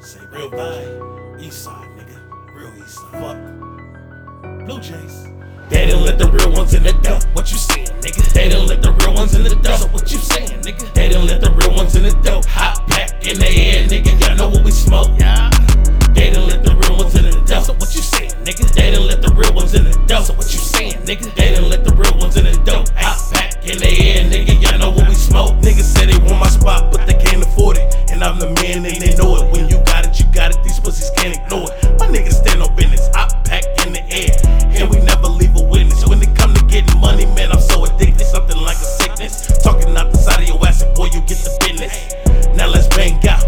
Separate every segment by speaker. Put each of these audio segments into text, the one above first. Speaker 1: Say real vibe, east side, nigga. Real east side. Fuck. Blue Jays.
Speaker 2: They didn't let the real ones in the dirt. What you saying, nigga? They didn't let the real ones in the dirt. So what you saying, nigga? They didn't let the real ones in the dirt. Hot pack in the air, nigga. Y'all know what we smoke. Yeah. They didn't let the real ones in the dirt. So what you saying, nigga? They didn't let the real ones in the dirt. So what you saying, nigga? They didn't let the real ones in the dirt. Hot pack in the air, nigga. Y'all know what we smoke. Niggas said they want my spot, but they can't afford it. And I'm the man, and they know it. When you got it, you got it. These pussies can't ignore it. My niggas stand on business. Hot pack in the air, and we never leave a witness. When it come to getting money, man, I'm so addicted. Something like a sickness. Talking out the side of your ass, and boy, you get the business. Now let's bang out.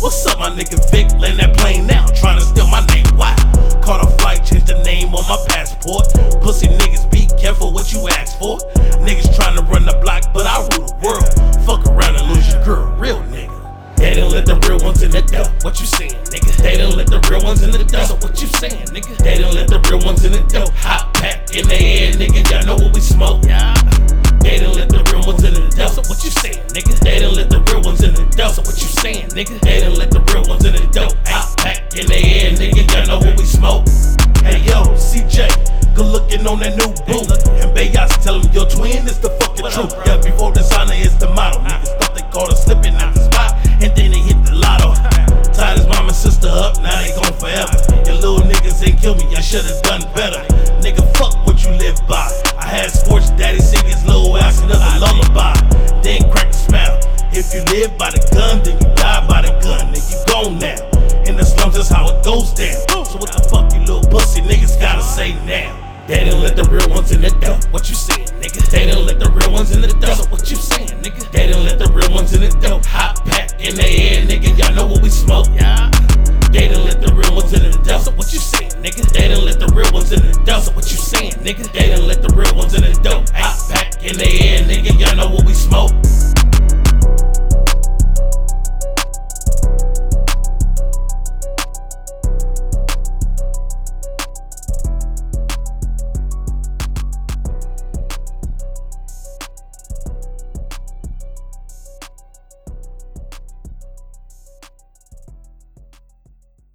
Speaker 2: What's up, my nigga Vic? Land that plane now. Trying to steal my name. Why? Caught a flight, changed the name on my passport. Pussy niggas, be careful what you ask for. Niggas trying to run the block, but I rule the world. Fuck around and lose your girl, real nigga. They didn't let the real ones in the dirt. What you saying, nigga? They didn't let the real ones in the dirt. So what you saying, nigga? They didn't let the real ones in the dirt. Hot pack in the air, nigga. Y'all know what we smoke. Yeah. They didn't let the real ones in the dirt. So what you saying, nigga? They didn't let the real ones in the dirt. So what you saying, nigga? They didn't let the real ones in the dirt. Hot pack in the air, nigga. Y'all know what we smoke. Hey yo, CJ, good looking on that new boot. And Bayas tell him your twin is the fucking truth. Yeah, before designer is the model. Niggas thought they caught us slipping out the spot, and then they hit the lotto. Tied his mom and sister up, now they gone forever. Your little niggas ain't kill me, I should've done better. Nigga, fuck what you live by. I had sports daddy sing his little ass another lullaby. Then crack the smile. If you live by the gun, then you die by the gun. And you gone now. In the slums, that's how it goes down. So what the fuck you little pussy niggas gotta say now? They didn't let the real ones in the dirt. What you saying, nigga? They didn't let the real ones in the dirt. So what you saying, nigga? They didn't let the real ones in the dirt. Hot pack in the air, nigga. Y'all know what we smoke. Yeah. They didn't let the real ones in the dirt. So what you saying, nigga? They didn't let the real ones in the dirt. So what you saying, nigga? They didn't